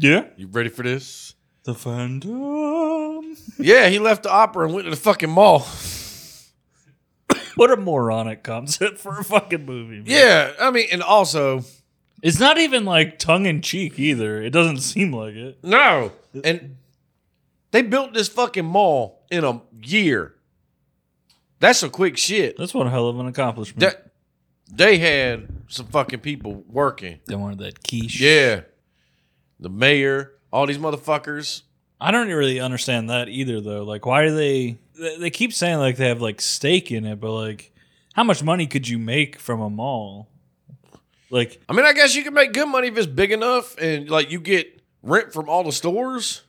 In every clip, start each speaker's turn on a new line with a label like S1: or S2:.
S1: Yeah.
S2: You ready for this?
S1: The fandom.
S2: Yeah, he left the opera and went to the fucking mall.
S1: What a moronic concept for a fucking movie. man.
S2: Yeah, I mean, and also
S1: It's not even like tongue in cheek either. It doesn't seem like it.
S2: no, and they built this fucking mall in a year. That's some quick shit.
S1: That's one hell of an accomplishment.
S2: That they had some fucking people working.
S1: they wanted that quiche.
S2: Yeah, the mayor, all these motherfuckers.
S1: I don't really understand that either, though. Like, why do they? They they keep saying like they have like steak in it, but like, how much money could you make from a mall? Like,
S2: I mean, I guess you can make good money if it's big enough, and like you get rent from all the stores.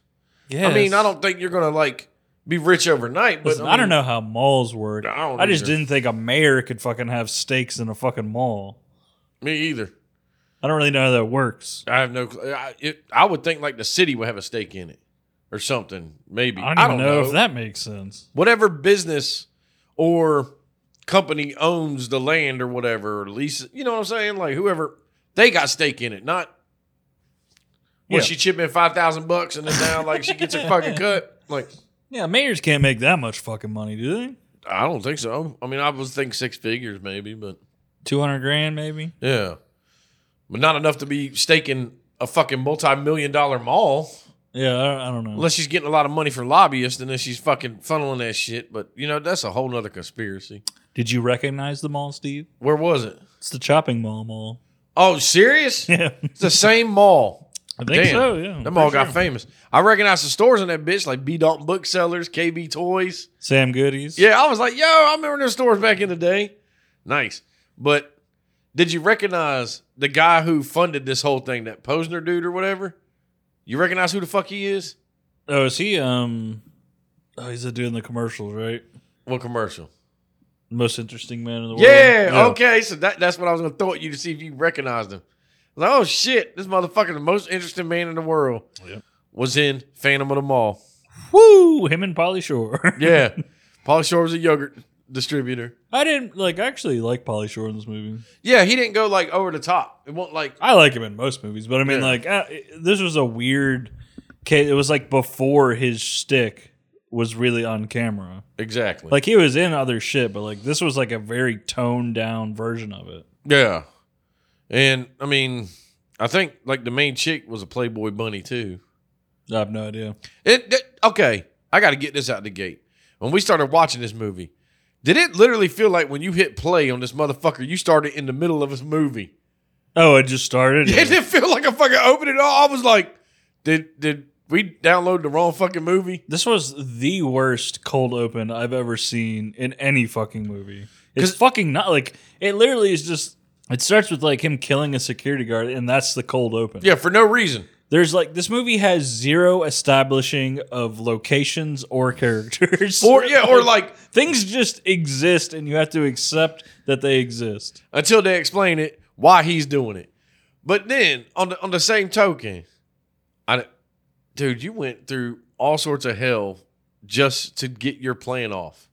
S1: yeah.
S2: I mean, I don't think you're gonna like be rich overnight, but
S1: Listen, I, don't
S2: mean,
S1: know how malls work.
S2: I
S1: I,
S2: don't
S1: just
S2: either.
S1: didn't think a mayor could fucking have steaks in a fucking mall.
S2: me either.
S1: I don't really know how that works.
S2: I have no. cl- I, it, I would think like the city would have a stake in it or something. Maybe
S1: I don't even know, if that makes sense.
S2: whatever business or company owns the land or whatever or lease. it, You know what I'm saying? Like whoever they got stake in it, not. When
S1: Yeah.
S2: she chip in five thousand bucks and then now like she gets her fucking cut. Like
S1: Yeah, mayors can't make that much fucking money, do they?
S2: I don't think so. I mean, I was thinking six figures maybe, but
S1: Two hundred grand, maybe.
S2: yeah, but not enough to be staking a fucking multi-million dollar mall.
S1: Yeah, I, I don't know.
S2: Unless she's getting a lot of money for lobbyists and then she's fucking funneling that shit. But, you know, that's a whole nother conspiracy.
S1: Did you recognize the mall, Steve?
S2: Where was it?
S1: It's the Chopping Mall Mall.
S2: Oh, serious?
S1: Yeah,
S2: It's the same mall.
S1: I think
S2: Damn.
S1: so. Yeah,
S2: That mall
S1: pretty
S2: got
S1: sure.
S2: famous. I recognize the stores in that bitch, like B Dalton Booksellers, KB Toys.
S1: Sam Goodies.
S2: Yeah, I was like, yo, I remember those stores back in the day. Nice. But did you recognize the guy who funded this whole thing, that Posner dude or whatever? You recognize who the fuck he is?
S1: Oh, is he? Um, oh, he's doing the commercials, right?
S2: What commercial?
S1: Most interesting man in the world.
S2: Oh, Yeah, okay. So that, that's what I was gonna throw at you to see if you recognized him. I was like, oh shit, this motherfucker, the most interesting man in the world,
S1: Yep.
S2: was in Phantom of the Mall.
S1: Woo! Him and Polly Shore.
S2: Yeah, Paul Shore was a yogurt distributor.
S1: I didn't like. I actually like Polly Shore in this movie.
S2: Yeah, he didn't go like over the top. It won't like
S1: I like him in most movies, but I mean,
S2: Yeah.
S1: like, uh, this was a weird. Case. It was like before his shtick was really on camera.
S2: exactly.
S1: Like he was in other shit, but like this was like a very toned down version of it.
S2: yeah, and I mean, I think like the main chick was a Playboy bunny too.
S1: I have no idea.
S2: It, it okay. I got to get this out the gate. When we started watching this movie, did it literally feel like when you hit play on this motherfucker, you started in the middle of this movie?
S1: Oh, it just started.
S2: It didn't feel like I fucking opened it all. I was like, did did we download the wrong fucking movie?
S1: This was the worst cold open I've ever seen in any fucking movie. It's
S2: 'Cause-
S1: fucking not like it literally is just it starts with like him killing a security guard and that's the cold open.
S2: Yeah, for no reason.
S1: There's like this movie has zero establishing of locations or characters.
S2: Or yeah, or like
S1: things just exist and you have to accept that they exist.
S2: until they explain it why he's doing it. But then on the on the same token, I dude, you went through all sorts of hell just to get your plan off.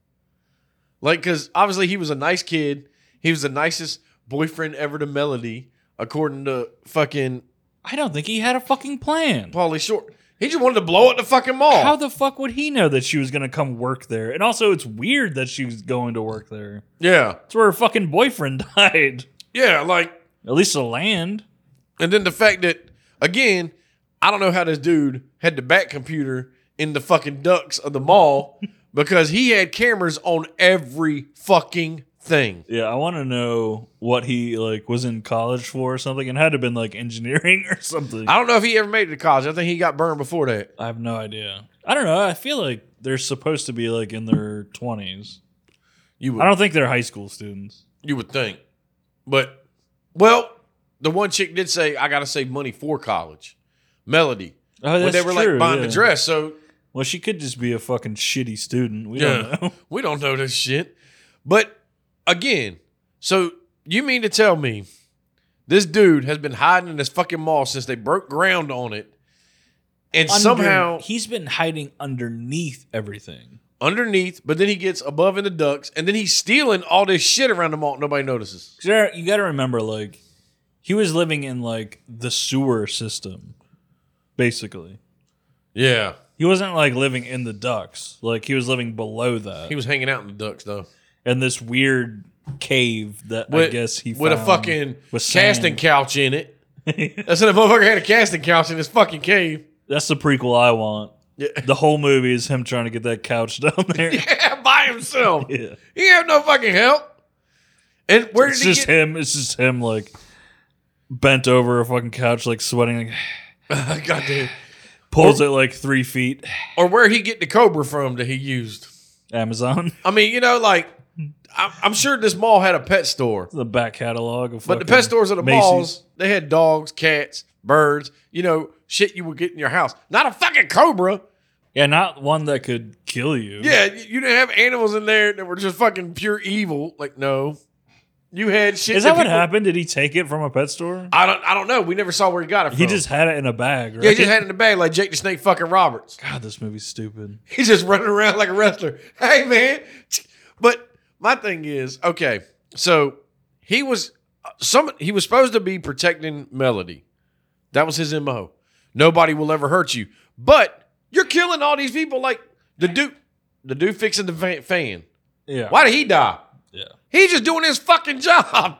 S2: Like, cause obviously he was a nice kid. He was the nicest boyfriend ever to Melody, according to fucking
S1: I don't think he had a fucking plan.
S2: Paulie Short. He just wanted to blow up the fucking mall.
S1: How the fuck would he know that she was gonna come work there? And also it's weird that she was going to work there.
S2: yeah.
S1: It's where her fucking boyfriend died.
S2: Yeah, like
S1: At least the land.
S2: And then the fact that again, I don't know how this dude had the back computer in the fucking ducks of the mall because he had cameras on every fucking thing.
S1: Yeah, I want to know what he like was in college for or something. It had to have been like engineering or something.
S2: I don't know if he ever made it to college. I think he got burned before that.
S1: I have no idea. I don't know. I feel like they're supposed to be like in their twenties.
S2: You
S1: I
S2: would
S1: don't think they're high school students.
S2: you would think. But well, the one chick did say I got to save money for college. Melody.
S1: Oh,
S2: when they were like buying the dress, so
S1: Well, she could just be a fucking shitty student. We
S2: Yeah.
S1: don't know.
S2: We don't know this shit. But again, so you mean to tell me this dude has been hiding in this fucking mall since they broke ground on it and somehow
S1: he's been hiding underneath everything.
S2: underneath, but then he gets above in the ducks and then he's stealing all this shit around the mall nobody notices.
S1: 'Cause there- you got to remember, like, he was living in like the sewer system. basically.
S2: Yeah.
S1: He wasn't like living in the ducks. Like he was living below that.
S2: He was hanging out in the ducks though.
S1: in this weird cave that I guess he
S2: with a
S1: found
S2: fucking
S1: with
S2: casting
S1: sand.
S2: couch in it. That's what a motherfucker had a casting couch in his fucking cave.
S1: That's the prequel I want.
S2: Yeah.
S1: The whole movie is him trying to get that couch down there.
S2: Yeah, by himself.
S1: Yeah.
S2: He didn't have no fucking help. And where did
S1: It's
S2: he
S1: just
S2: get?
S1: him. It's just him like bent over a fucking couch, like sweating, like,
S2: God damn.
S1: pulls it like three feet.
S2: Or where he get the cobra from that he used?
S1: Amazon,
S2: I mean, you know, like I'm, I'm sure this mall had a pet store,
S1: the back catalog of.
S2: but the
S1: fucking
S2: pet stores at the
S1: Macy's.
S2: malls they had dogs, cats, birds. You know, shit you would get in your house. Not a fucking cobra.
S1: Yeah, not one that could kill you.
S2: Yeah, you you didn't have animals in there that were just fucking pure evil. Like no, you had shit.
S1: Is that what
S2: people-
S1: happened? Did he take it from a pet store?
S2: I don't. I don't know. We never saw where he got it from.
S1: He just had it in a bag, right?
S2: yeah, he just had it in the bag like Jake the Snake fucking Roberts.
S1: God, this movie's stupid.
S2: He's just running around like a wrestler. Hey man, but my thing is okay. So he was some. He was supposed to be protecting Melody. That was his mo. Nobody will ever hurt you. But you're killing all these people. Like the dude, the dude fixing the va- fan.
S1: Yeah.
S2: Why did he die?
S1: Yeah.
S2: He's just doing his fucking job.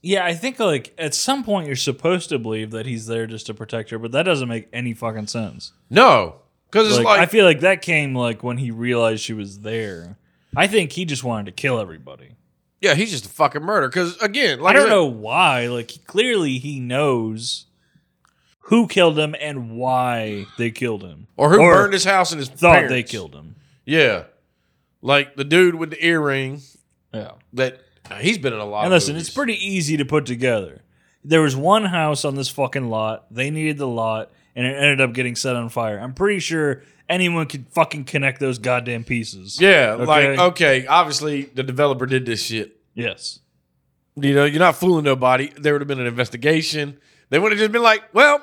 S1: Yeah, I think like at some point you're supposed to believe that he's there just to protect her, but that doesn't make any fucking sense.
S2: No, because it's
S1: Like,
S2: like,
S1: I feel like that came like when he realized she was there. I think he just wanted to kill everybody.
S2: yeah, he's just a fucking murderer. Because again,
S1: I
S2: like
S1: don't
S2: said-
S1: know why. Like he- clearly he knows who killed him and why they killed him,
S2: or who burned his house and his
S1: thought
S2: parents.
S1: they killed him.
S2: Yeah, like the dude with the earring
S1: Yeah.
S2: that uh, he's been in a lot.
S1: And
S2: of
S1: listen,
S2: movies.
S1: it's pretty easy to put together. There was one house on this fucking lot. They needed the lot, and it ended up getting set on fire. I'm pretty sure anyone could fucking connect those goddamn pieces.
S2: Yeah, like
S1: Okay.
S2: okay, obviously the developer did this shit.
S1: Yes.
S2: You know, you're not fooling nobody. There would have been an investigation. They would have just been like, well,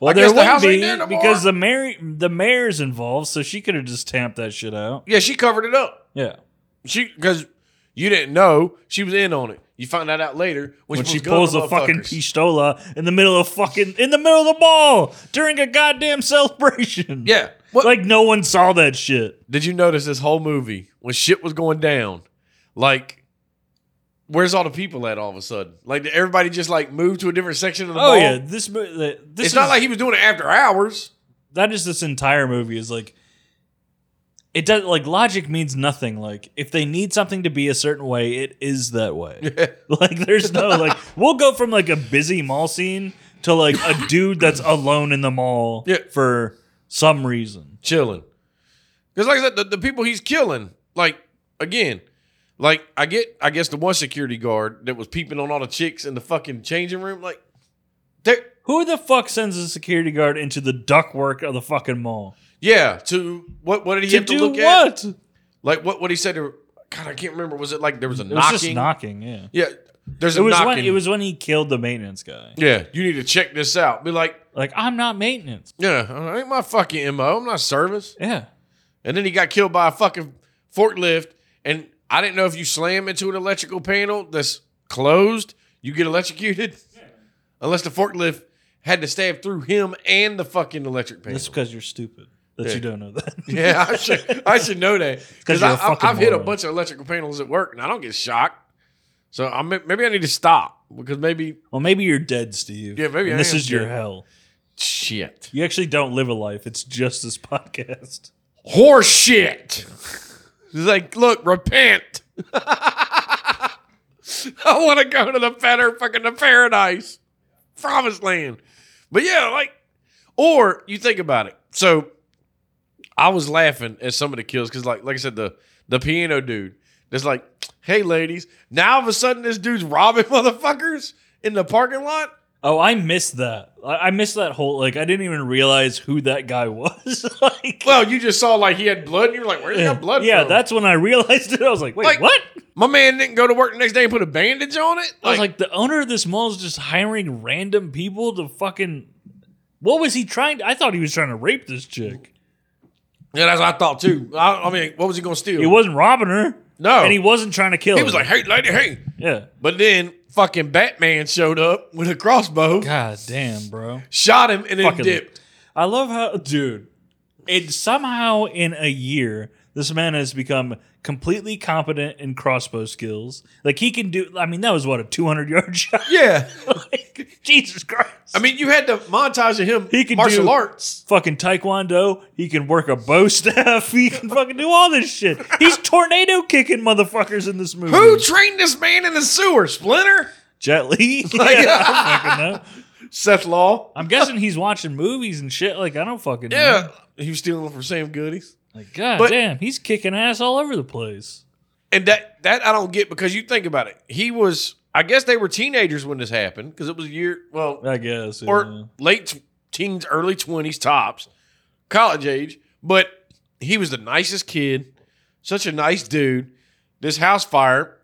S1: Well,
S2: I
S1: there
S2: guess the
S1: would
S2: house
S1: be
S2: ain't there no
S1: because
S2: more.
S1: the mayor, the mayor's involved, so she could have just tamped that shit out.
S2: yeah, she covered it up.
S1: Yeah.
S2: She because you didn't know she was in on it. You find that out later when,
S1: When she
S2: pulls
S1: pulls
S2: the
S1: a fucking
S2: motherfuckers.
S1: pistola in the middle of fucking in the middle of the ball during a goddamn celebration.
S2: Yeah, what,
S1: Like no one saw that shit.
S2: Did you notice this whole movie when shit was going down? Like, where's all the people at all of a sudden? Like, did everybody just like moved to a different section of the
S1: Oh
S2: mall?
S1: yeah, this mo- the- this
S2: it's
S1: is,
S2: not like he was doing it after hours.
S1: that is this entire movie is like it does like logic means nothing like if they need something to be a certain way it is that way like there's no like we'll go from like a busy mall scene to like a dude that's alone in the mall
S2: Yeah.
S1: for some reason
S2: Chilling. Because, like I said, the, the people he's killing, like, again, like, I get, I guess the one security guard that was peeping on all the chicks in the fucking changing room, like, they're,
S1: who the fuck sends a security guard into the ductwork of the fucking mall
S2: yeah, to what, what did he
S1: to
S2: have to
S1: do
S2: look at?
S1: what
S2: Like, what, what he said to, God, I can't remember. Was it like there was a
S1: it was
S2: knocking?
S1: just knocking yeah
S2: Yeah. There's
S1: it
S2: a
S1: was
S2: knocking.
S1: when it was when he killed the maintenance guy
S2: Yeah, you need to check this out. Be like,
S1: like i'm not maintenance
S2: yeah, I ain't my fucking MO. I'm not service.
S1: yeah
S2: And then he got killed by a fucking forklift. And I didn't know if you slam into an electrical panel that's closed, you get electrocuted. Unless the forklift had to stab through him and the fucking electric panel.
S1: That's because you're stupid that
S2: Yeah.
S1: you don't know that.
S2: yeah, I should, I should know that.
S1: 'cause
S2: Because
S1: you're a
S2: I've
S1: fucking
S2: hit a
S1: moron.
S2: bunch of electrical panels at work and I don't get shocked. So I'm, maybe I need to stop because maybe,
S1: well, maybe you're dead, Steve.
S2: Yeah, maybe
S1: and
S2: I
S1: this
S2: am
S1: is your
S2: dead.
S1: hell.
S2: shit.
S1: You actually don't live a life. It's just this podcast.
S2: horse shit. He's like, look, repent. I want to go to the better fucking the paradise, promised land. But yeah, like, or you think about it. So I was laughing at some of the kills because, like, like I said, the the piano dude that's like, hey, ladies, now all of a sudden this dude's robbing motherfuckers in the parking lot.
S1: Oh, I missed that. I, I missed that whole like. I didn't even realize who that guy was. like,
S2: Well, you just saw like he had blood, and you were like, where's he got blood?
S1: yeah,
S2: from?
S1: that's when I realized it. I was like, wait,
S2: Like-
S1: what?
S2: my man didn't go to work the next day and put a bandage on it.
S1: I was like, the owner of this mall is just hiring random people to fucking. What was he trying? To, I thought he was trying to rape this chick.
S2: Yeah, that's what I thought too. I, I mean, what was he going to steal?
S1: He wasn't robbing her.
S2: No.
S1: and he wasn't trying to kill.
S2: Oh. He
S1: her.
S2: was like, hey, lady, hey.
S1: yeah,
S2: But then fucking Batman showed up with a crossbow,
S1: god damn, bro.
S2: shot him, and then
S1: Fucking-
S2: dipped.
S1: I love how, dude. It somehow in a year, this man has become completely competent in crossbow skills. Like he can do. I mean, that was what a two hundred yard shot.
S2: Yeah.
S1: like, Jesus Christ.
S2: I mean, you had the montage of him
S1: He could
S2: martial
S1: do-
S2: arts.
S1: fucking taekwondo. He can work a bow staff. He can fucking do all this shit. He's tornado kicking motherfuckers in this movie.
S2: Who trained this man in the sewer? Splinter?
S1: Jet Li. yeah, I don't fucking know.
S2: Seth Law?
S1: I'm guessing he's watching movies and shit. Like I don't fucking know.
S2: Yeah. Mm-hmm. He was stealing from Sam Goodies.
S1: Like god
S2: But-
S1: damn, he's kicking ass all over the place.
S2: And that that I don't get because you think about it. He was I guess they were teenagers when this happened because it was a year well
S1: I guess. yeah.
S2: or late t- teens, early twenties tops, college age. But he was the nicest kid, such a nice dude. This house fire,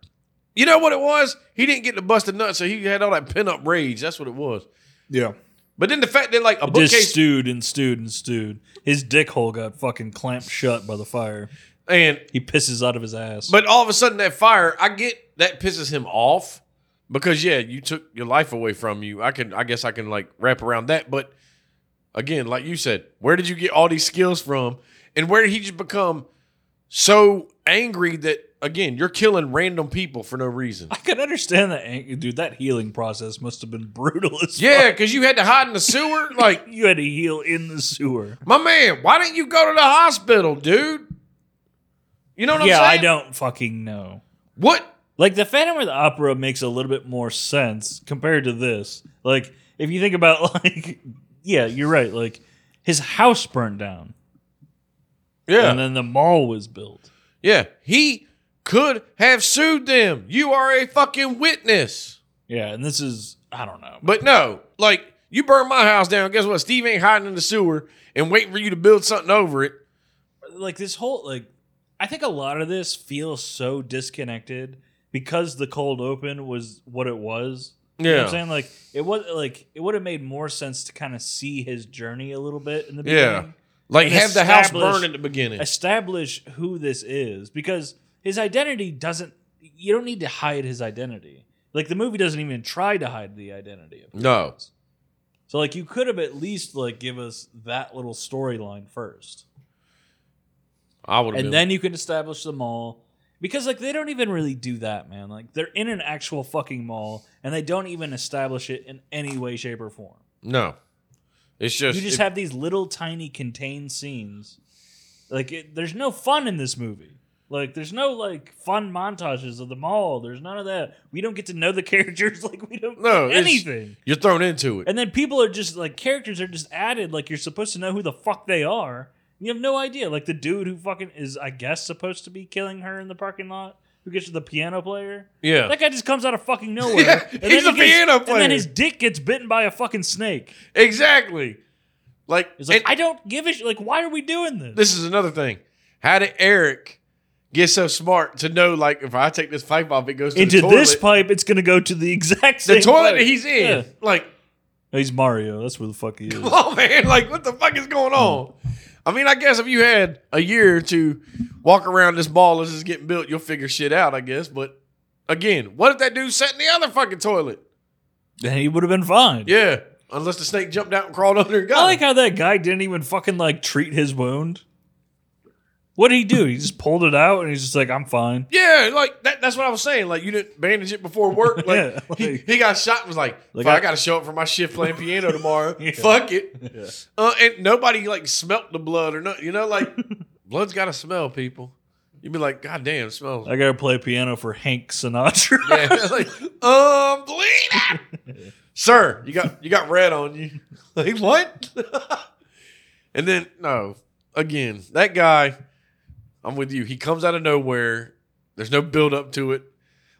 S2: you know what it was? He didn't get the busted nut, so he had all that pent up rage. That's what it was.
S1: Yeah.
S2: But then the fact that like a
S1: Just
S2: bookcase
S1: stewed and stewed and stewed. His dick hole got fucking clamped shut by the fire.
S2: and
S1: He pisses out of his ass.
S2: but all of a sudden that fire, I get that pisses him off because yeah, you took your life away from you. I can I guess I can like wrap around that, but again, like you said, where did you get all these skills from? And where did he just become so angry that again, you're killing random people for no reason?
S1: I can understand that, ang- dude. That healing process must have been brutal as
S2: Yeah, because you had to hide in the sewer. Like,
S1: You had to heal in the sewer.
S2: my man, why didn't you go to the hospital, dude? You know what
S1: yeah,
S2: I'm
S1: I
S2: saying?
S1: don't fucking know.
S2: What?
S1: Like the Phantom of the Opera makes a little bit more sense compared to this. Like if you think about like yeah, you're right. Like his house burned down
S2: Yeah.
S1: and then the mall was built.
S2: Yeah, he could have sued them. You are a fucking witness.
S1: Yeah, and this is I don't know.
S2: But no, like you burn my house down. Guess what? Steve ain't hiding in the sewer and waiting for you to build something over it.
S1: Like this whole like I think a lot of this feels so disconnected because the cold open was what it was. You know what I'm saying? Like it was like it would have made more sense to kind of see his journey a little bit in the
S2: Yeah.
S1: beginning.
S2: like
S1: And
S2: have the house
S1: establish-
S2: burn at the beginning.
S1: establish who this is because his identity doesn't you don't need to hide his identity like the movie doesn't even try to hide the identity of him.
S2: No,
S1: so like you could have at least like give us that little storyline first
S2: I would have.
S1: and then you can establish the mall because like they don't even really do that man like they're in an actual fucking mall and they don't even establish it in any way shape or form
S2: no, it's just
S1: you just
S2: it-
S1: have these little tiny contained scenes like it, there's no fun in this movie like there's no like fun montages of the mall there's none of that we don't get to know the characters like we don't
S2: No, it's-
S1: anything
S2: you're thrown into it.
S1: and then people are just like characters are just added like you're supposed to know who the fuck they are and you have no idea like the dude who fucking is i guess supposed to be killing her in the parking lot who gets to the piano player
S2: Yeah,
S1: that guy just comes out of fucking nowhere
S2: Yeah,
S1: and
S2: he's
S1: then he
S2: a
S1: gets-
S2: piano
S1: and then
S2: player.
S1: his dick gets bitten by a fucking snake
S2: exactly. Like,
S1: it's like
S2: and
S1: I don't give a sh- like. Why are we doing this?
S2: this is another thing. How did Eric get so smart to know? Like, if I take this pipe off, it goes to
S1: Into
S2: the
S1: this
S2: toilet?
S1: pipe, it's gonna go to the exact same
S2: the toilet
S1: place.
S2: that he's in.
S1: Yeah.
S2: Like,
S1: He's Mario. That's where the fuck he is.
S2: oh man, like what the fuck is going on? I mean, I guess if you had a year to walk around this ball as it's getting built, you'll figure shit out, I guess. But again, what if that dude sat in the other fucking toilet?
S1: Then he would have been fine.
S2: Yeah. Unless the snake jumped out and crawled under and got
S1: I like
S2: him.
S1: how that guy didn't even fucking like treat his wound. What did he do? He just pulled it out and he's just like, "I'm fine."
S2: Yeah, like that, that's what I was saying. Like you didn't bandage it before work. Like,
S1: Yeah,
S2: he,
S1: like-
S2: he got shot and was like,
S1: Like,
S2: "Fuck, I,
S1: I-
S2: gotta show up for my shift playing piano tomorrow.
S1: Yeah.
S2: Fuck it. Uh, and nobody like smelt the blood or not. You know, like blood's gotta smell, people. You'd be like, God damn, it smells
S1: I gotta play piano for Hank Sinatra.
S2: Yeah, like, um, bleed it. sir. You got you got red on you. Like what? and then no, again, that guy. I'm with you. He comes out of nowhere. There's no build up to it.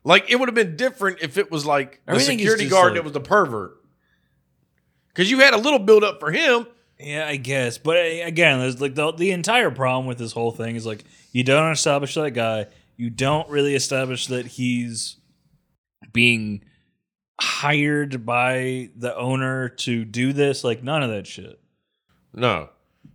S2: Like it would have been different if it was like the
S1: Everything is
S2: security
S1: just,
S2: guard
S1: like-
S2: that was the pervert. Because you had a little build up for him.
S1: Yeah, I guess. But uh, again, there's like the, the entire problem with this whole thing is like you don't establish that guy. You don't really establish that he's being hired by the owner to do this. Like none of that shit.
S2: No,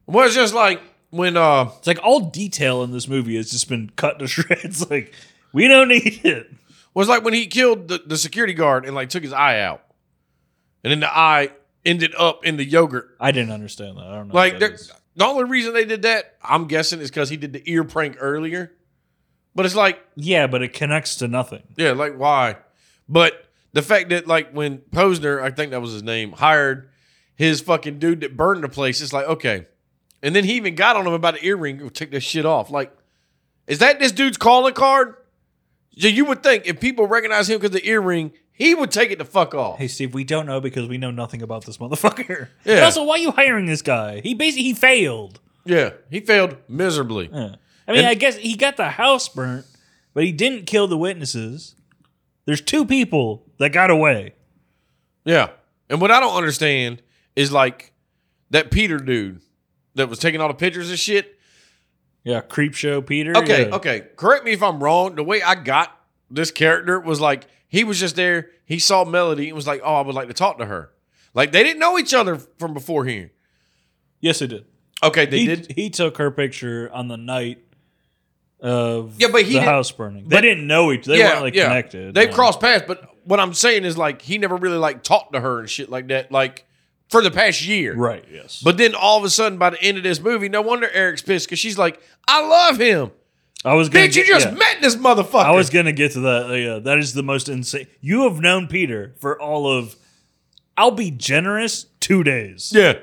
S2: well, it's just like when uh
S1: It's like all detail in this movie has just been cut to shreds. Like we don't need it.
S2: was like when he killed the, the security guard and like took his eye out, and then the eye ended up in the yogurt.
S1: I didn't understand that. I don't know.
S2: Like
S1: what
S2: they're-
S1: Oh, that is.
S2: the only reason they did that, I'm guessing, is because he did the ear prank earlier. But it's like,
S1: yeah, but it connects to nothing.
S2: yeah, like why? But the fact that like when Posner, I think that was his name, hired his fucking dude that burned the place, it's like okay. And then he even got on him about the earring. "Oh, Take that shit off. Like, is that this dude's calling card? So you would think if people recognize him because the earring, he would take it the fuck off.
S1: Hey Steve, we don't know because we know nothing about this motherfucker.
S2: Yeah.
S1: And also, why are you hiring this guy? He basically he failed.
S2: Yeah, he failed miserably.
S1: Yeah. I mean,
S2: And-
S1: I guess he got the house burnt, but he didn't kill the witnesses. There's two people that got away.
S2: Yeah. And what I don't understand is like that Peter dude that was taking all the pictures and shit.
S1: Yeah, creep show Peter.
S2: Okay,
S1: yeah.
S2: okay. Correct me if I'm wrong. The way I got this character was like he was just there. He saw Melody and was like, "Oh, I would like to talk to her." Like they didn't know each other from before here.
S1: Yes, they did.
S2: Okay, they
S1: he,
S2: did.
S1: He took her picture on the night of
S2: Yeah, but he
S1: the
S2: didn't-
S1: house burning. They didn't know each. They weren't like connected.
S2: They've
S1: no.
S2: crossed paths, but what I'm saying is like he never really like talked to her and shit like that. Like for the past year,
S1: Right. Yes.
S2: But then all of a sudden, by the end of this movie, no wonder Eric's pissed because she's like, "I love him."
S1: I was. Gonna
S2: Bitch, you
S1: get-
S2: just
S1: yeah.
S2: met this motherfucker.
S1: I was gonna get to that. Yeah, that is the most insane. You have known Peter for all of. I'll be generous. Two days.
S2: yeah.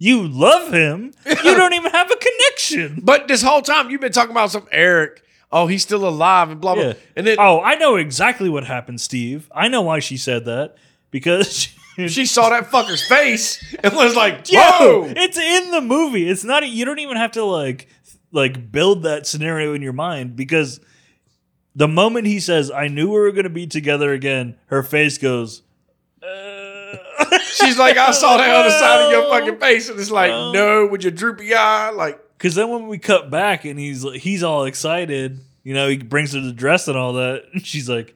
S1: You love him. You don't even have a connection.
S2: But this whole time you've been talking about some Eric. Oh, he's still alive and blah blah.
S1: Yeah.
S2: And then
S1: Oh, I know exactly what happened, Steve. I know why she said that because
S2: she saw that fucker's face and was like,
S1: Yo,
S2: "Whoa!"
S1: it's in the movie. It's not. You don't even have to like like build that scenario in your mind because the moment he says, "I knew we were going to be together again," her face goes. Uh,
S2: She's like, "I saw that other side of your fucking face," and it's like,
S1: No.
S2: "No," with your droopy eye, like,
S1: Because then when we cut back and he's like- he's all excited, you know, he brings her the dress and all that, and she's like.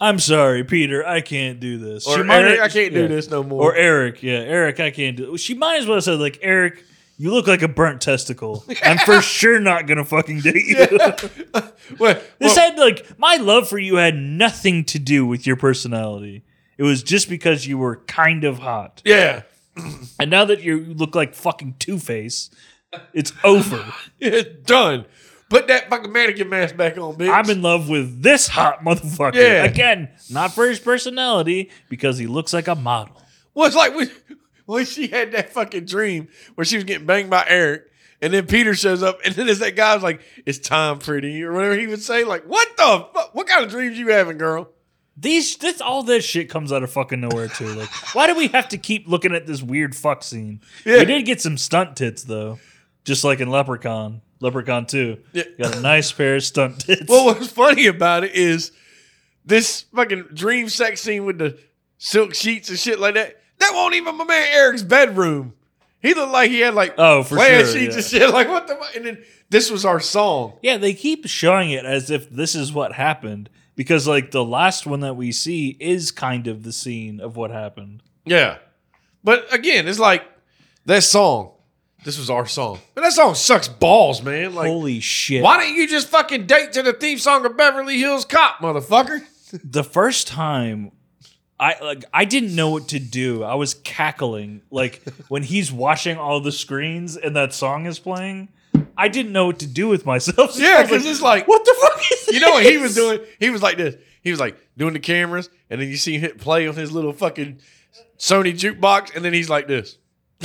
S1: I'm sorry, Peter. I can't do this.
S2: or
S1: She might
S2: Eric,
S1: have-
S2: I can't
S1: yeah.
S2: do this no more.
S1: Or Eric, yeah, Eric, I can't do. She might as well have said like, Eric, you look like a burnt testicle. I'm for sure not gonna fucking date you.
S2: Well,
S1: This
S2: well,
S1: had like my love for you had nothing to do with your personality. It was just because you were kind of hot,
S2: yeah,
S1: and now that you look like fucking Two Face, it's over.
S2: it's done. Put that fucking mannequin mask back on, bitch.
S1: I'm in love with this hot motherfucker
S2: Yeah.
S1: again. Not for his personality, because he looks like a model.
S2: Well, it's like when, when she had that fucking dream where she was getting banged by Eric, and then Peter shows up, and then it's that guy's like, "It's time, pretty," or whatever he would say. Like, what the fuck? What kind of dreams you having, girl?
S1: These this all this shit comes out of fucking nowhere too. Like, why do we have to keep looking at this weird fuck scene?
S2: Yeah.
S1: We did get some stunt tits though, just like in Leprechaun, Leprechaun Two.
S2: Yeah.
S1: Got a nice pair of stunt tits.
S2: Well, what's funny about it is this fucking dream sex scene with the silk sheets and shit like that. That won't even my man Eric's bedroom. He looked like he had like
S1: Oh, for
S2: plaid
S1: sure,
S2: sheets
S1: yeah.
S2: and shit. Like what the? fu- And then this was our song.
S1: yeah, they keep showing it as if this is what happened because like the last one that we see is kind of the scene of what happened.
S2: Yeah. But again, it's like that song. This was our song. But that song sucks balls, man. Like
S1: Holy shit!
S2: why didn't you just fucking date to the theme song of Beverly Hills Cop, motherfucker?
S1: the first time I like I didn't know what to do. I was cackling like when he's watching all the screens and that song is playing. I didn't know what to do with myself. So I
S2: Yeah,
S1: was like,
S2: because it's like
S1: what the fuck is
S2: you know what he was
S1: this?
S2: doing? He was like this. He was like doing the cameras, and then you see him hit play on his little fucking Sony jukebox, and then he's like this.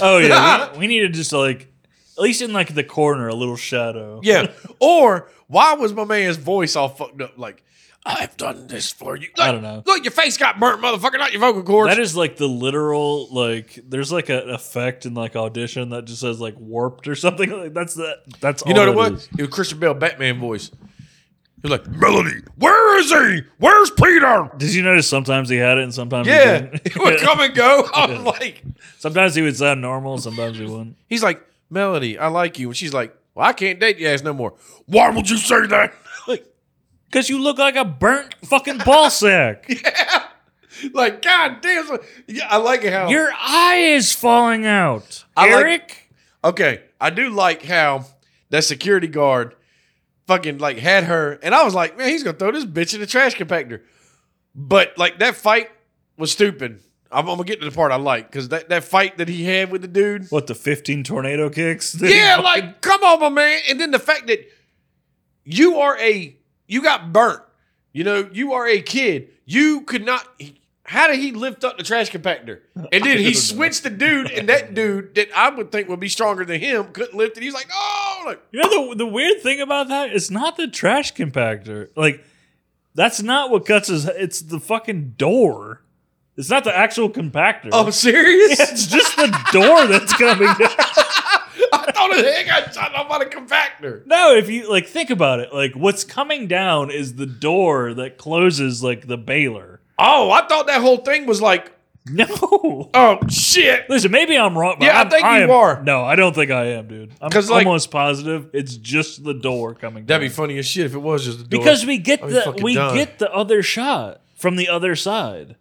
S1: Oh yeah, we, we needed just like at least in like the corner a little shadow.
S2: Yeah. or why was my man's voice all fucked up? Like, I've done this for you.
S1: I
S2: Like,
S1: don't know.
S2: Look, your face got burnt, motherfucker, not your vocal cords.
S1: That is like the literal like. There's like an effect in like audition that just says like warped or something. Like that's that. That's
S2: You
S1: all
S2: know what
S1: that
S2: Oh, it
S1: is.
S2: was? It was Christian Bell Batman voice. He was like, Melody, where is he? Where's Peter?
S1: Did you notice sometimes he had it and sometimes he
S2: Yeah.
S1: didn't?
S2: He would come and go. I was like,
S1: Sometimes he would sound normal, sometimes he wouldn't.
S2: he's like, Melody, I like you. And she's like, Well, I can't date your ass no more. Why would you say that? like,
S1: Because you look like a burnt fucking ball sack.
S2: yeah. Like, god damn. so- Yeah, I like it how
S1: Your eye is falling out.
S2: I like-
S1: Eric,
S2: Okay, I do like how that security guard fucking like had her, and I was like, man, he's gonna throw this bitch in the trash compactor. But like that fight was stupid. I'm, I'm gonna get to the part I like because that, that fight that he had with the dude.
S1: What the fifteen tornado kicks?
S2: Yeah, like come on, my man. And then the fact that you are a you got burnt. You know, you are a kid. You could not. How did he lift up the trash compactor? And then
S1: don't know.
S2: he switched the dude, and that dude that I would think would be stronger than him couldn't lift it. He's like, oh, like,
S1: You know the the weird thing about that is not the trash compactor. Like that's not what cuts his. It's the fucking door. It's not the actual compactor.
S2: oh, serious?
S1: it's just the door that's coming. down.
S2: I thought the heck I shot off on a compactor.
S1: No, if you like think about it, like what's coming down is the door that closes like the baler.
S2: Oh, I thought that whole thing was like,
S1: No.
S2: oh shit.
S1: Listen, maybe I'm wrong. But
S2: Yeah, I
S1: I'm,
S2: think you
S1: am-
S2: are.
S1: No, I don't think I am, dude. I'm
S2: 'Cause, like-
S1: almost positive it's just the door coming.
S2: That'd
S1: down.
S2: be funny as shit if it was just the door.
S1: because we get
S2: I'd be
S1: the
S2: fucking
S1: we
S2: done.
S1: get the other shot from the other side.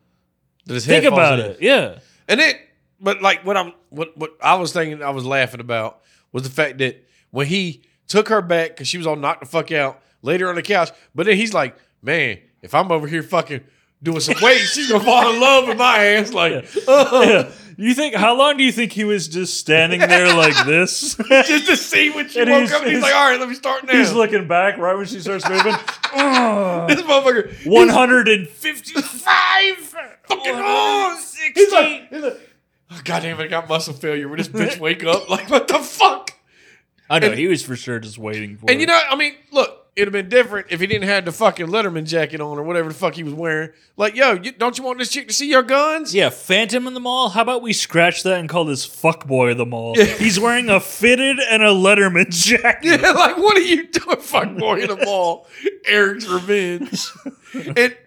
S2: That his
S1: Think
S2: head falls
S1: about
S2: in.
S1: it. Yeah.
S2: And it, but like what I'm, what what I was thinking, I was laughing about was the fact that when he took her back because she was all knocked the fuck out, laid her on the couch. But then he's like, man, if I'm over here fucking doing some weights, she's gonna fall in love with my ass. Like,
S1: yeah. You think how long do you think he was just standing there like this?
S2: just to see when she
S1: And
S2: woke
S1: he's-
S2: up, and he's
S1: he's-
S2: like, all right, let me start now.
S1: He's looking back right when she starts moving.
S2: this motherfucker,
S1: One hundred and
S2: fifty-five, fucking on. He's like, he's like, oh, God damn it, I got muscle failure. When this bitch wake up, like, what the fuck?
S1: I know he was for sure just waiting for.
S2: And you know, I mean, look, it'd have been different if he didn't have the fucking Letterman jacket on or whatever the fuck he was wearing. Like, yo, you, don't you want this chick to see your guns?
S1: yeah, Phantom in the Mall. How about we scratch that and call this Fuckboy of the Mall? He's wearing a fitted and a Letterman jacket.
S2: Yeah, like what are you doing, fuck boy in the mall? Eric's revenge. It.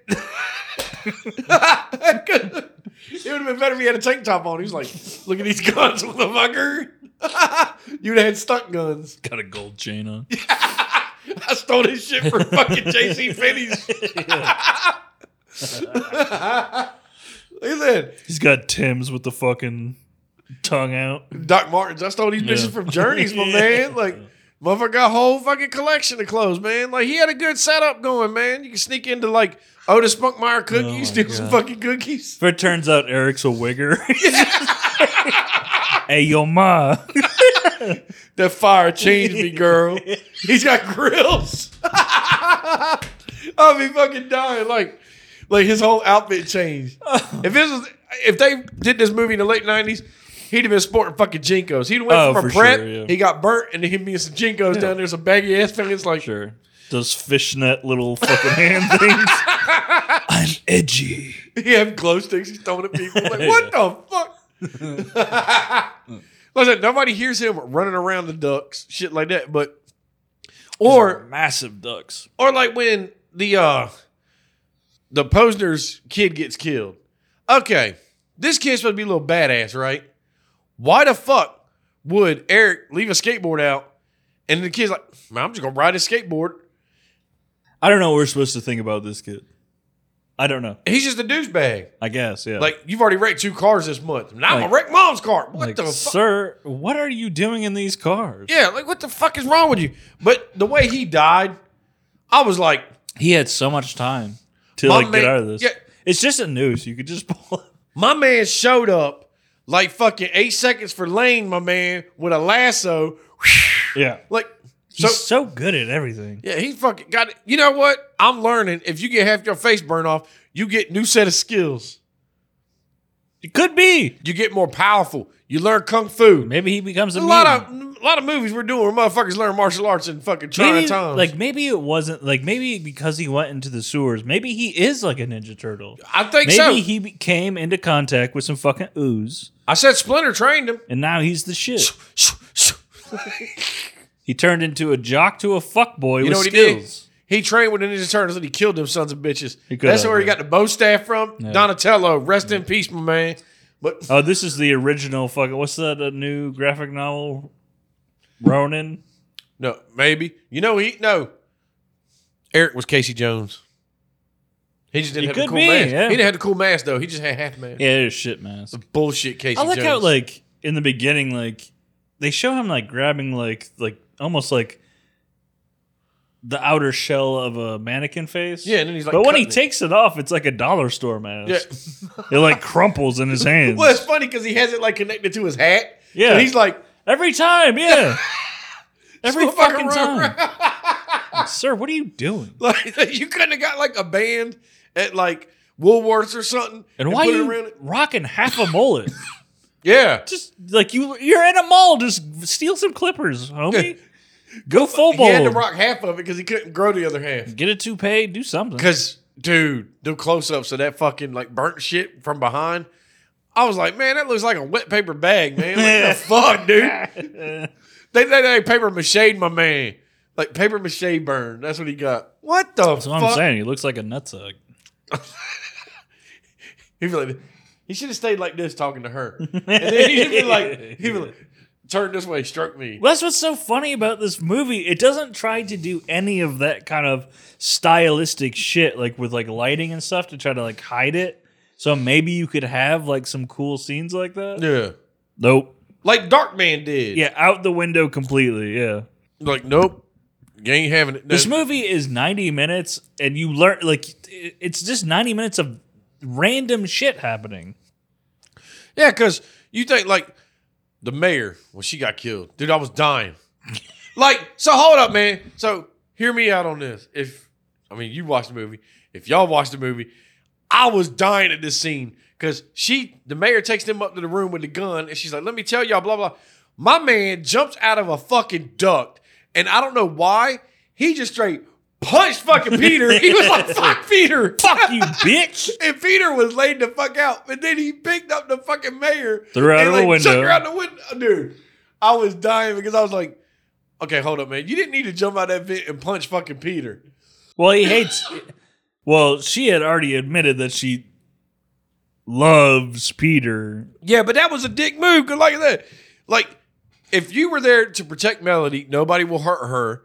S2: it would have been better if he had a tank top on. He was like, "Look at these guns, motherfucker! You'd have had stunt guns.
S1: Got a gold chain on.
S2: I stole this shit from fucking J.C. Finney's." Listen,
S1: He's got Tim's with the fucking tongue out.
S2: Doc Martens. I stole these bitches
S1: Yeah.
S2: from Journeys, my
S1: Yeah.
S2: man. Like, motherfucker got a whole fucking collection of clothes, man. Like, he had a good setup going, man. You can sneak into like Otis Spunkmeyer cookies,
S1: Oh my
S2: steal some
S1: God.
S2: fucking cookies.
S1: If it turns out Eric's a wigger. hey, yo, ma.
S2: That fire changed me, girl. He's got grills. I'll be fucking dying. Like, like his whole outfit changed. If this was, if they did this movie in the late nineties. He'd have been sporting fucking jinkos. He'd went
S1: Oh,
S2: from a
S1: for sure,
S2: prep,
S1: yeah.
S2: he got burnt, and then he'd be in some jinkos down there, some baggy ass pants. Like,
S1: Sure. Those fishnet little fucking hand things. I'm edgy.
S2: He have glow sticks he's throwing at people. Like, what the fuck? Listen, nobody hears him running around the ducks, shit like that. But or
S1: massive ducks.
S2: or like when the uh the Posner's kid gets killed. Okay, this kid's supposed to be a little badass, right? Why the fuck would Eric leave a skateboard out and the kid's like, man, I'm just gonna ride his skateboard.
S1: I don't know what we're supposed to think about this kid. I don't know.
S2: He's just a douchebag.
S1: I guess, yeah.
S2: Like you've already wrecked two cars this month. Now I'm gonna wreck mom's car. What
S1: Like,
S2: the fuck?
S1: sir, what are you doing in these cars?
S2: Yeah, like what the fuck is wrong with you? But the way he died, I was like,
S1: He had so much time to
S2: My
S1: like get
S2: man-
S1: out of this.
S2: yeah.
S1: It's just a noose. You could just pull it.
S2: my man showed up like fucking eight seconds for lane, my man, with a lasso.
S1: Yeah.
S2: Like, so
S1: He's so good at everything.
S2: yeah, he fucking got it. You know what? I'm learning. If you get half your face burned off, you get new set of skills.
S1: It could be.
S2: You get more powerful. You learn kung fu.
S1: Maybe he becomes a,
S2: A lot
S1: mutant.
S2: of a lot of movies we're doing where motherfuckers learn martial arts in fucking China
S1: maybe,
S2: times.
S1: like maybe it wasn't like maybe because he went into the sewers, maybe he is like a Ninja Turtle.
S2: I think
S1: Maybe
S2: so.
S1: he be- came into contact with some fucking ooze,
S2: I said Splinter trained him.
S1: and now he's the shit. He turned into a jock to a fuckboy with
S2: You know what he did?
S1: skills.
S2: He trained with the Ninja Turtles and he killed them sons of bitches.
S1: He could
S2: That's
S1: have,
S2: where he
S1: yeah.
S2: got the bow staff from. Donatello, rest in peace, my man. But
S1: Oh, this is the original fucking. What's that? A new graphic novel, Ronin.
S2: no, maybe you know he no. Eric was Casey Jones. He just
S1: He
S2: didn't have
S1: could
S2: the cool
S1: be,
S2: mask.
S1: yeah.
S2: He didn't have the cool mask though. He just had half mask.
S1: Yeah, it is shit, man.
S2: Bullshit, Casey.
S1: I like
S2: Jones.
S1: how like in the beginning, like they show him like grabbing like like almost like the outer shell of a mannequin face.
S2: Yeah, and then he's like,
S1: but when he
S2: cutting it.
S1: takes it off, it's like a dollar store mask.
S2: Yeah.
S1: It like crumples in his hands.
S2: well, it's funny because he has it like connected to his hat.
S1: Yeah.
S2: So he's like,
S1: Every time, yeah. Every
S2: "Motherfucker,
S1: fucking
S2: run
S1: time.
S2: around."
S1: Sir, what are you doing?
S2: like you couldn't have got like a band at like Woolworths or something.
S1: And why
S2: put
S1: you
S2: it around it.
S1: rocking half a mullet?
S2: Yeah.
S1: just like you, you're in a mall. Just steal some clippers, homie. Go full
S2: He had to
S1: bald.
S2: rock half of it because he couldn't grow the other half.
S1: Get a toupee. Do something.
S2: Cause dude, the close ups of that fucking like burnt shit from behind. I was like, man, that looks like a wet paper bag, man. Like, the fuck, dude. They they, they paper mache my man. Like paper mache burn. That's what he got. What the
S1: That's
S2: fuck?
S1: what I'm saying. He looks like a nutsack.
S2: He'd be like, he should have stayed like this talking to her. And then he'd be like, he'd be like, turn this way, struck me.
S1: Well, that's what's so funny about this movie. It doesn't try to do any of that kind of stylistic shit, like with like lighting and stuff to try to like hide it. So maybe you could have like some cool scenes like that.
S2: Yeah.
S1: Nope.
S2: Like Darkman did.
S1: Yeah, out the window completely. Yeah.
S2: Like, nope. You ain't having it.
S1: This
S2: No.
S1: movie is 90 minutes, and you learn, like, it- it's just 90 minutes of random shit happening.
S2: Yeah, because you think like the mayor when she got killed, dude, I was dying. like, so hold up, man. So hear me out on this. If I mean you watched the movie, if y'all watched the movie, I was dying at this scene because she, the mayor, takes them up to the room with the gun, and she's like, "Let me tell y'all, blah blah." My man jumps out of a fucking duct, and I don't know why he just straight punched fucking Peter. he was like, "Fuck Peter,
S1: Fuck you, bitch!
S2: and Peter was laid the fuck out, and then he picked up the fucking mayor.
S1: Threw her out
S2: and,
S1: of a
S2: like, Chucked
S1: window.
S2: her out the window. Dude, I was dying because I was like, okay, hold up, man. You didn't need to jump out that vent and punch fucking Peter.
S1: Well, he hates. well, she had already admitted that she loves Peter.
S2: Yeah, but that was a dick move. Good like that. Like, if you were there to protect Melody, nobody will hurt her.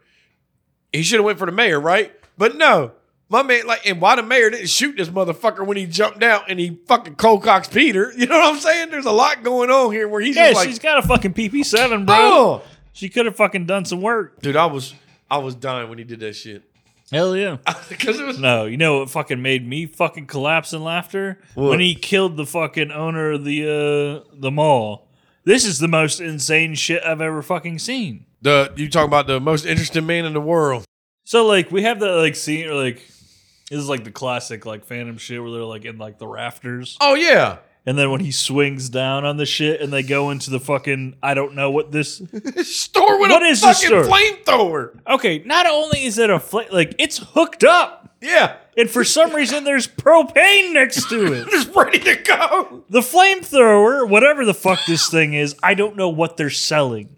S2: He should have went for the mayor, right? But no. My man, like, and why the mayor didn't shoot this motherfucker when he jumped out and he fucking cold cocks Peter? You know what I'm saying? There's a lot going on here where he's
S1: Yeah,
S2: just like,
S1: she's got a fucking PP7, bro.
S2: oh,
S1: She could have fucking done some work.
S2: Dude, I was I was dying when he did that shit.
S1: Hell yeah.
S2: Because it was
S1: No, you know what fucking made me fucking collapse in laughter
S2: What?
S1: when he killed the fucking owner of the uh, the mall. This is the most insane shit I've ever fucking seen.
S2: the you talk about the most interesting man in the world.
S1: So like we have that like scene or like this is like the classic like Phantom shit where they're like in like the rafters,
S2: Oh yeah.
S1: and then when he swings down on the shit and they go into the fucking I don't know what this.
S2: Store with
S1: What
S2: a
S1: is this
S2: fucking
S1: store?
S2: flamethrower.
S1: Okay, not only is it a fl- like it's hooked up,
S2: Yeah.
S1: and for some reason there's propane next to it.
S2: Just ready to go.
S1: The flamethrower, whatever the fuck this thing is, I don't know what they're selling.
S2: I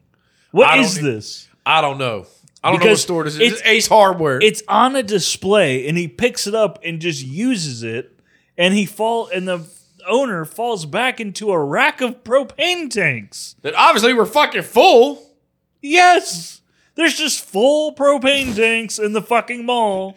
S1: What
S2: don't
S1: is
S2: e-
S1: this?
S2: I don't know. I don't know what
S1: Because
S2: store this is.
S1: it's-
S2: It's, Ace Hardware.
S1: It's on a display, and he picks it up and just uses it, and he fall, and the owner falls back into a rack of propane tanks.
S2: that obviously we're fucking full.
S1: Yes, there's just full propane tanks in the fucking mall.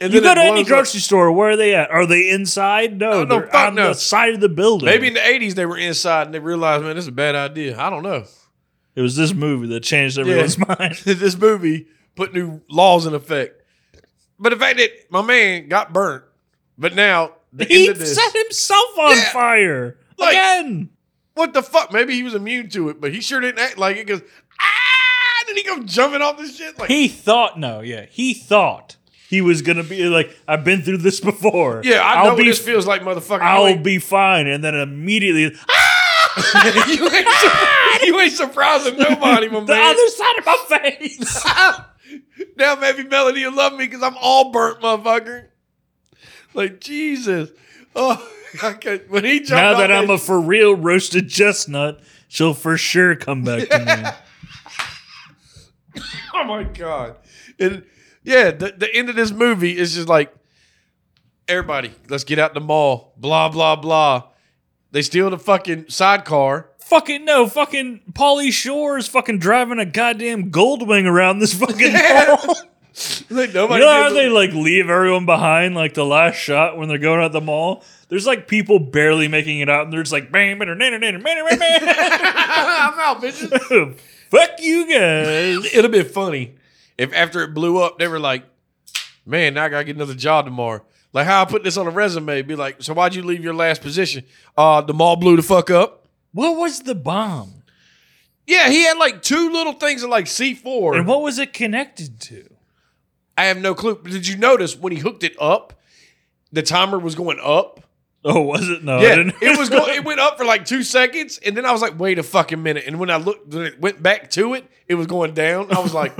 S2: And
S1: You
S2: then
S1: go to
S2: it
S1: any
S2: blows up.
S1: grocery store, where are they at? Are they inside? No,
S2: Oh, no,
S1: they're
S2: fuck
S1: on
S2: no.
S1: the side of the building.
S2: Maybe in the eighties they were inside and they realized, man, this is a bad idea. I don't know.
S1: it was this movie that changed everyone's mind.
S2: this movie put new laws in effect. But the fact that my man got burnt, but now the
S1: He
S2: end of this,
S1: set himself on
S2: Yeah.
S1: fire
S2: Like-
S1: again.
S2: what the fuck? Maybe he was immune to it, but he sure didn't act like it because ah, then he come jumping off the shit like
S1: He thought no, yeah, he thought he was gonna be like, I've been through this before.
S2: yeah, I know
S1: will
S2: what
S1: be,
S2: this feels like, motherfucker.
S1: I'll
S2: you ain't,
S1: be fine, and then immediately
S2: you ain't, sur- you ain't surprising nobody, my
S1: the
S2: man.
S1: other side of my face.
S2: now maybe Melody will love me because I'm all burnt, motherfucker. Like Jesus, oh, I can't- when he jumped
S1: now
S2: off
S1: that
S2: that
S1: I'm a for real roasted chestnut, she'll for sure come back to me.
S2: Oh my god! And yeah, the, the end of this movie is just like everybody, let's get out the mall. Blah blah blah. They steal the fucking sidecar.
S1: fucking no, fucking Polly Shore is fucking driving a goddamn Goldwing around this fucking
S2: Yeah.
S1: mall.
S2: Like nobody.
S1: You know how
S2: gives a-
S1: they like leave everyone behind, like the last shot when they're going out the mall? There's like people barely making it out, and they're just like, bang, bang, bang, bang, bang, bang,
S2: I'm out, bitches.
S1: bang. fuck you guys.
S2: It'd have been funny if after it blew up, they were like, "Man, now I gotta get another job tomorrow." Like how I put this on a resume, be like, "So why'd you leave your last position?" Uh, the mall blew the fuck up.
S1: What was the bomb?
S2: Yeah, he had like two little things of like C four.
S1: And what was it connected to?
S2: I have no clue. But Did you notice when he hooked it up, the timer was going up?
S1: Oh, was it? No, I
S2: Yeah,
S1: didn't.
S2: it was going. It went up for like two seconds, and then I was like, "Wait a fucking minute!" And when I looked, when it went back to it, it was going down. I was like,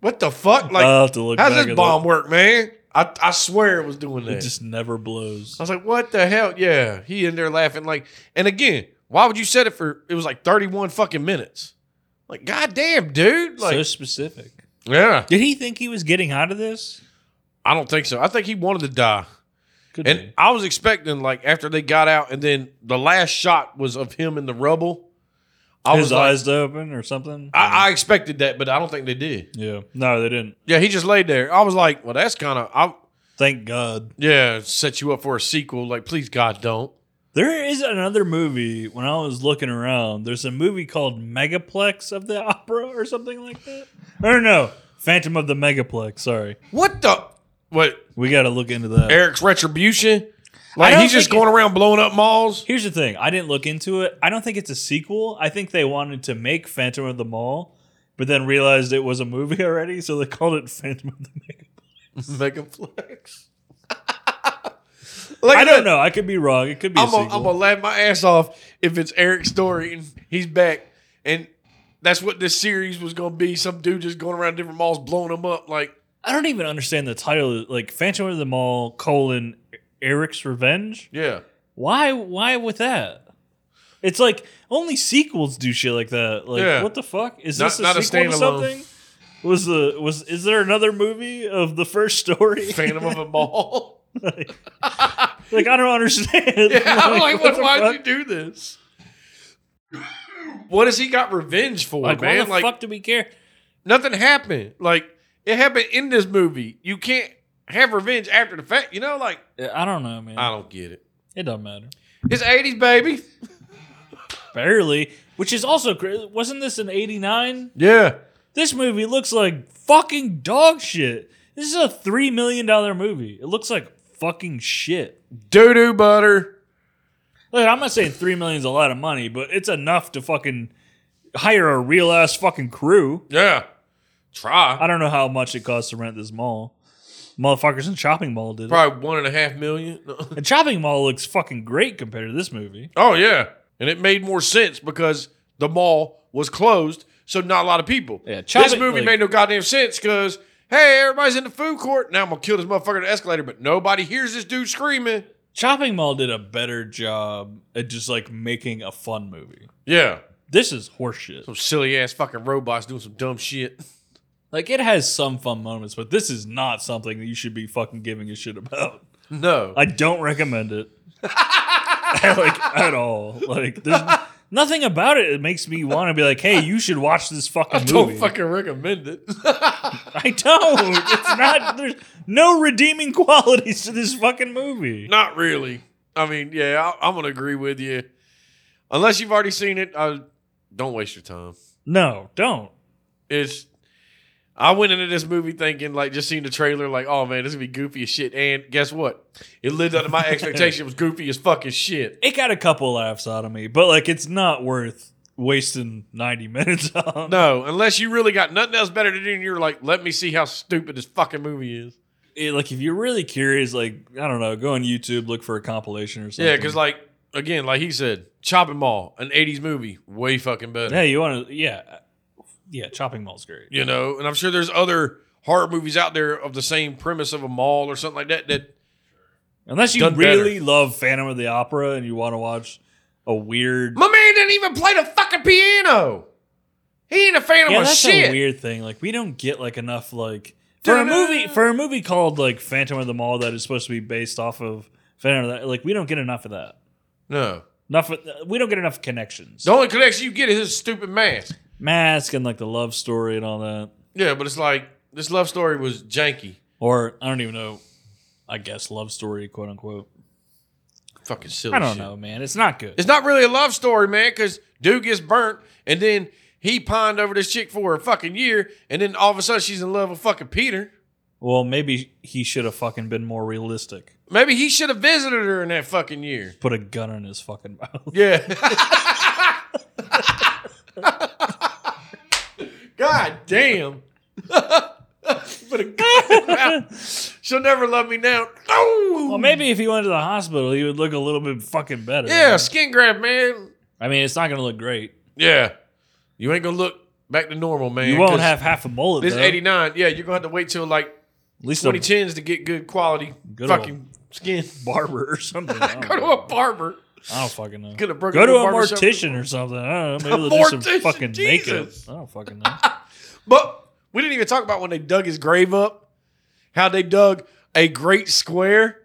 S2: "What the fuck? Like,
S1: I'll have to look
S2: how's
S1: Uh, back
S2: this
S1: at
S2: bomb work, man?" I I swear it was doing
S1: that.
S2: that.
S1: It just never blows.
S2: I was like, "What the hell?" Yeah, he in there laughing like, and again, why would you set it for? It was like thirty-one fucking minutes. Like, goddamn, dude!
S1: so
S2: Like,
S1: specific.
S2: yeah,
S1: Did he think he was getting out of this?
S2: I don't think so. I think he wanted to die.
S1: Could
S2: And I was expecting like after they got out, and then the last shot was of him in the rubble. I
S1: His
S2: was like,
S1: eyes open or something?
S2: I, I expected that, but I don't think they did.
S1: yeah. No, they didn't.
S2: Yeah, he just laid there. I was like, well, that's kind of, I
S1: Thank God.
S2: yeah, set you up for a sequel. Like, please God, don't.
S1: There is another movie when I was looking around. There's a movie called Megaplex of the Opera or something like that. Or no, Phantom of the Megaplex. Sorry.
S2: What the? What?
S1: We got to look into that.
S2: Eric's retribution?
S1: I
S2: Like
S1: don't
S2: he's just
S1: think it-
S2: going around blowing up malls?
S1: Here's the thing I didn't look into it. I don't think it's a sequel. I think they wanted to make Phantom of the Mall, but then realized it was a movie already, so they called it Phantom of the Megaplex.
S2: Megaflex. like
S1: I
S2: that-
S1: don't know. I could be wrong. It could be a
S2: I'm gonna
S1: sequel.
S2: I'm gonna laugh my ass off if it's Eric's story and he's back and that's what this series was gonna be. Some dude just going around different malls blowing them up. Like
S1: I don't even understand the title. Like Phantom of the Mall colon Eric's Revenge.
S2: yeah,
S1: Why? Why with that? It's like only sequels do shit like that. Like
S2: Yeah.
S1: what the fuck is
S2: Not-
S1: this a
S2: not a
S1: sequel to
S2: standalone.
S1: something? Was the was is there another movie of the first story?
S2: Phantom of a Mall.
S1: like, like, I don't understand.
S2: yeah, I'm like, what,
S1: the
S2: why'd
S1: fuck?
S2: you do this? What has he got revenge for,
S1: Like why
S2: man?
S1: the
S2: Like
S1: fuck do we care?
S2: nothing happened. Like it happened in this movie. You can't have revenge after the fact. You know, like
S1: I don't know, man.
S2: I don't get it.
S1: it doesn't matter.
S2: It's '80s, baby.
S1: Barely. Which is also cra- wasn't this an '89?
S2: Yeah,
S1: This movie looks like fucking dog shit. This is a three million dollar movie. It looks like fucking shit.
S2: doo doo butter.
S1: Look, I'm not saying three million is a lot of money, but it's enough to fucking hire a real ass fucking crew.
S2: Yeah, try.
S1: I don't know how much it costs to rent this mall. Motherfuckers in Chopping Mall did it.
S2: Probably one and a half million.
S1: And Chopping Mall looks fucking great compared to this movie.
S2: oh yeah, and it made more sense because the mall was closed, so not a lot of people.
S1: Yeah, chop
S2: this
S1: it,
S2: movie
S1: like-
S2: made no goddamn sense because hey, everybody's in the food court now. I'm gonna kill this motherfucker in the escalator, but nobody hears this dude screaming.
S1: Chopping Mall did a better job at just like making a fun movie.
S2: Yeah,
S1: This is horseshit.
S2: some silly ass fucking robots doing some dumb shit.
S1: Like it has some fun moments, but this is not something that you should be fucking giving a shit about.
S2: No,
S1: I don't recommend it. like at all. Like there's nothing about it that makes me want to be like, hey, you should watch this fucking
S2: I don't
S1: movie.
S2: fucking recommend it.
S1: I don't. It's not there's no redeeming qualities to this fucking movie.
S2: Not really. I mean, yeah, I, I'm gonna agree with you. Unless you've already seen it, I, don't waste your time.
S1: No, don't.
S2: it's I went into this movie thinking like just seeing the trailer like oh man this is gonna be goofy as shit and guess what it lived up to my expectation it was goofy as fucking shit
S1: It got a couple laughs out of me, but like it's not worth wasting 90 minutes on.
S2: no unless you really got nothing else better to do and you're like let me see how stupid this fucking movie is
S1: It- like if you're really curious, like I don't know, go on YouTube, look for a compilation or something.
S2: yeah because like again like he said Chopping Mall an 80s movie way fucking better
S1: Hey, you want to yeah. Yeah, Chopping Mall's great.
S2: you know and I'm sure there's other horror movies out there of the same premise of a mall or something like that that
S1: Unless you
S2: Done better.
S1: really love Phantom of the Opera and you want to watch a weird.
S2: my man didn't even play the fucking piano he ain't a fan
S1: Yeah,
S2: of my
S1: that's
S2: shit
S1: a weird thing. Like we don't get like enough like for a movie for a movie called like Phantom of the Mall that is supposed to be based off of Phantom. Of the, like we don't get enough of that.
S2: no
S1: Enough. Of, we don't get enough connections.
S2: The only connection you get is his stupid mask.
S1: Mask and like the love story and all that.
S2: Yeah, but it's like this love story was janky.
S1: Or I don't even know. I guess love story, quote unquote.
S2: Fucking silly.
S1: I don't
S2: shit.
S1: know, man. It's not good.
S2: It's not really a love story, man, because dude gets burnt and then he pined over this chick for a fucking year, and then all of a sudden she's in love with fucking Peter.
S1: Well, maybe he should have fucking been more realistic.
S2: Maybe he should have visited her in that fucking year.
S1: Put a gun in his fucking mouth.
S2: Yeah. God damn. but a gun. She'll never love me now. Oh.
S1: Well, maybe if he went to the hospital, he would look a little bit fucking better.
S2: Yeah, skin grab, man.
S1: I mean, it's not going to look great.
S2: Yeah. You ain't gonna look back to normal, man.
S1: You won't
S2: 'cause
S1: have half a bullet.
S2: this
S1: though.
S2: 89. Yeah, you're gonna have to wait till like
S1: At least
S2: twenty
S1: a
S2: tens to get good quality
S1: Good
S2: fucking skin.
S1: barber or something. I don't,
S2: Go to
S1: know.
S2: a barber.
S1: I don't fucking know.
S2: Get a
S1: Go to a
S2: barber shop.
S1: mortician or something. I don't know. Maybe they'll do some
S2: Mortician,
S1: fucking makeup.
S2: Jesus.
S1: I don't fucking know.
S2: But we didn't even talk about when they dug his grave up, how they dug a great square.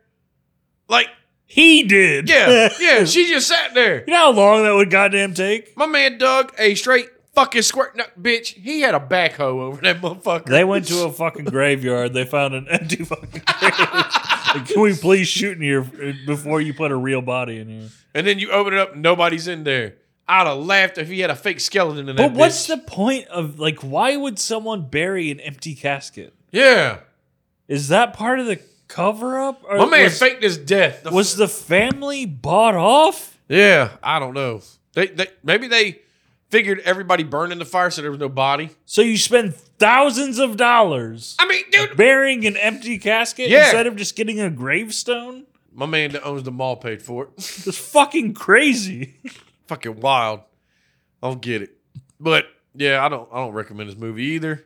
S2: Like,
S1: He did.
S2: yeah, yeah, she just sat there.
S1: You know how long that would goddamn take?
S2: My man dug a straight fucking square. No, bitch, he had a backhoe over that motherfucker.
S1: They went to a fucking graveyard. They found an empty fucking grave. Like, Can we please shoot in here before you put a real body in here?
S2: and then you open it up, nobody's in there. I'd have laughed if he had a fake skeleton in that.
S1: But what's
S2: bitch.
S1: the point of like? Why would someone bury an empty casket?
S2: Yeah.
S1: Is that part of the cover up? Or
S2: My man
S1: was,
S2: faked his death. The-
S1: was the family bought off?
S2: yeah, I don't know. They, they Maybe they figured everybody burned in the fire so there was no body.
S1: So you spend thousands of dollars
S2: I mean, dude,
S1: burying an empty casket
S2: Yeah.
S1: instead of just getting a gravestone?
S2: my man that owns the mall paid for it.
S1: That's fucking crazy.
S2: fucking wild. I don't get it. But yeah, I don't I don't recommend this movie either.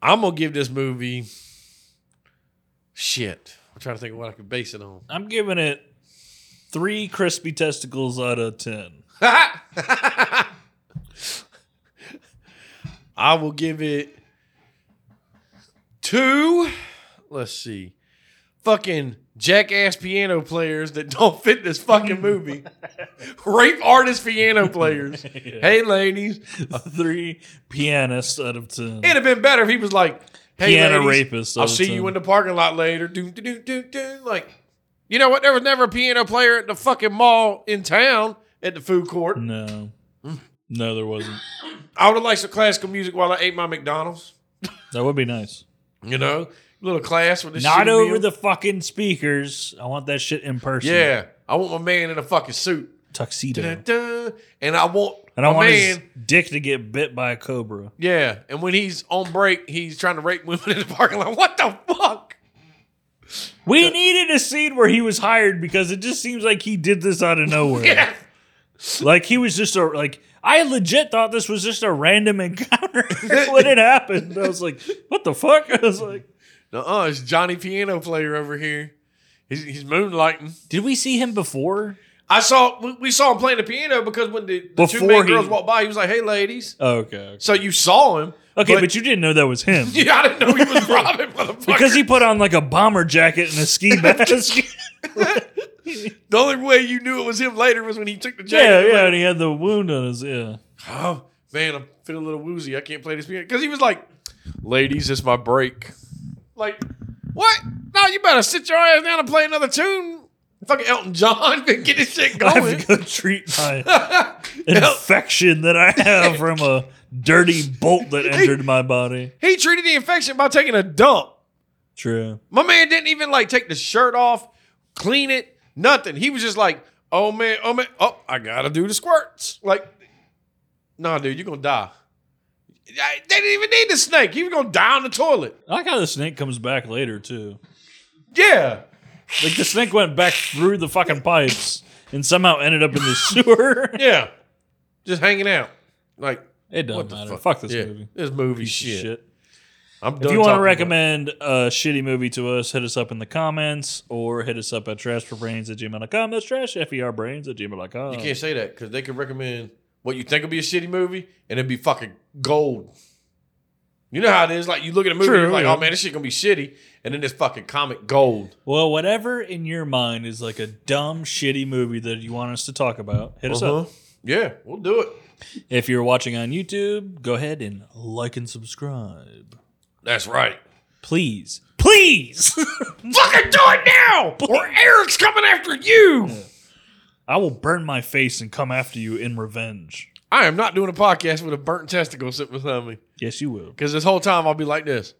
S2: I'm gonna give this movie shit. I'm trying to think of what I could base it on.
S1: I'm giving it three crispy testicles out of ten.
S2: I will give it two. Let's see. Fucking jackass piano players that don't fit this fucking movie. Rape artist piano players. Hey, ladies.
S1: Three pianists out of ten.
S2: It'd have been better if he was like, hey,
S1: Piano
S2: ladies,
S1: rapist.
S2: I'll
S1: out of
S2: see
S1: 10.
S2: you in the parking lot later. Do, do, do, do, do. Like, you know what? There was never a piano player at the fucking mall in town at the food court.
S1: No. No, there wasn't.
S2: I would have liked some classical music while I ate my McDonald's.
S1: That would be nice.
S2: You know, little class with the
S1: Not
S2: shitty
S1: over
S2: meal.
S1: the fucking speakers. I want that shit in person.
S2: yeah. I want my man in a fucking suit,
S1: Tuxedo.
S2: Da-da-da. and I want
S1: And I
S2: my
S1: want
S2: man.
S1: his dick to get bit by a cobra.
S2: Yeah, and when he's on break, he's trying to rape women in the parking lot. What the fuck?
S1: We needed a scene where he was hired because it just seems like he did this out of nowhere.
S2: Yeah,
S1: Like he was just a like I legit thought this was just a random encounter when it happened. I was like, what the fuck? I was like,
S2: uh, it's Johnny Piano Player over here. He's, he's moonlighting.
S1: did we see him before?
S2: I saw we, we saw him playing the piano because when the, the two
S1: Before
S2: man
S1: he-
S2: girls walked by, he was like, "Hey, ladies."
S1: Oh, okay. Okay,
S2: So you saw him.
S1: Okay, but,
S2: but-
S1: you didn't know that was him.
S2: Yeah, I didn't know he was robbing motherfucker.
S1: Because he put on like a bomber jacket and a ski mask.
S2: the only way you knew it was him later was when he took the jacket.
S1: yeah,
S2: and
S1: yeah, and he had the wound on his yeah.
S2: oh man, I'm feeling a little woozy. I can't play this piano because he was like, "Ladies, it's my break." Like, what? No, you better sit your ass down and play another tune. Fucking Elton John, get this shit
S1: I have
S2: going.
S1: to go treat my infection that I have from a dirty bolt that entered my body.
S2: he treated the infection by taking a dump.
S1: True.
S2: My man didn't even like take the shirt off, clean it, nothing. He was just like, "Oh man, oh man, oh, I gotta do the squirts." Like, nah, dude, you're gonna die. I- They didn't even need the snake. He was gonna die on the toilet.
S1: I like how the snake comes back later too.
S2: Yeah.
S1: Like the snake went back through the fucking pipes and somehow ended up in the sewer.
S2: Yeah. Just hanging out. Like,
S1: It doesn't
S2: what the
S1: matter.
S2: fuck?
S1: Fuck, this
S2: Yeah,
S1: movie.
S2: This movie
S1: Piece of
S2: shit.
S1: shit.
S2: I'm done
S1: If you want
S2: talking
S1: to
S2: about-
S1: recommend a shitty movie to us, hit us up in the comments or hit us up at trashforbrains at gmail.com. That's trash, F-E-R-brains at gmail.com.
S2: You can't say that because they could recommend what you think will be a shitty movie and it'd be fucking gold. You know how it is. Like you look at a movie,
S1: True,
S2: you're like,
S1: yeah.
S2: oh man, this shit gonna be shitty, and then it's fucking comic gold.
S1: Well, whatever in your mind is like a dumb, shitty movie that you want us to talk about, hit
S2: Uh-huh.
S1: us up.
S2: Yeah, we'll do it.
S1: If you're watching on YouTube, go ahead and like and subscribe.
S2: That's right.
S1: Please. Please!
S2: Fucking do it now, or Eric's coming after you.
S1: I will burn my face and come after you in revenge.
S2: I am not doing a podcast with a burnt testicle sitting beside me
S1: Yes, you will.
S2: because this whole time I'll be like this.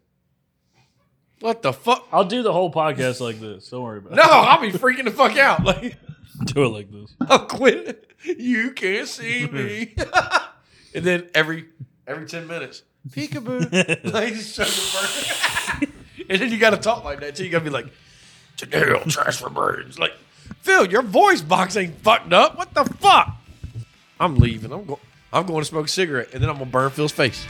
S2: What the fuck?
S1: I'll do the whole podcast like this. Don't worry about
S2: No, I'll be freaking the fuck out. Like
S1: it. Do it like this.
S2: I'll quit. You can't see me. and then every every ten minutes, peekaboo. like, just trying to burn. and then you got to talk like that too. You got to be like, today on Trash for Birds. Like, Phil, your voice box ain't fucked up. What the fuck? I'm leaving. I'm going. I'm going to smoke a cigarette, and then I'm gonna burn Phil's face.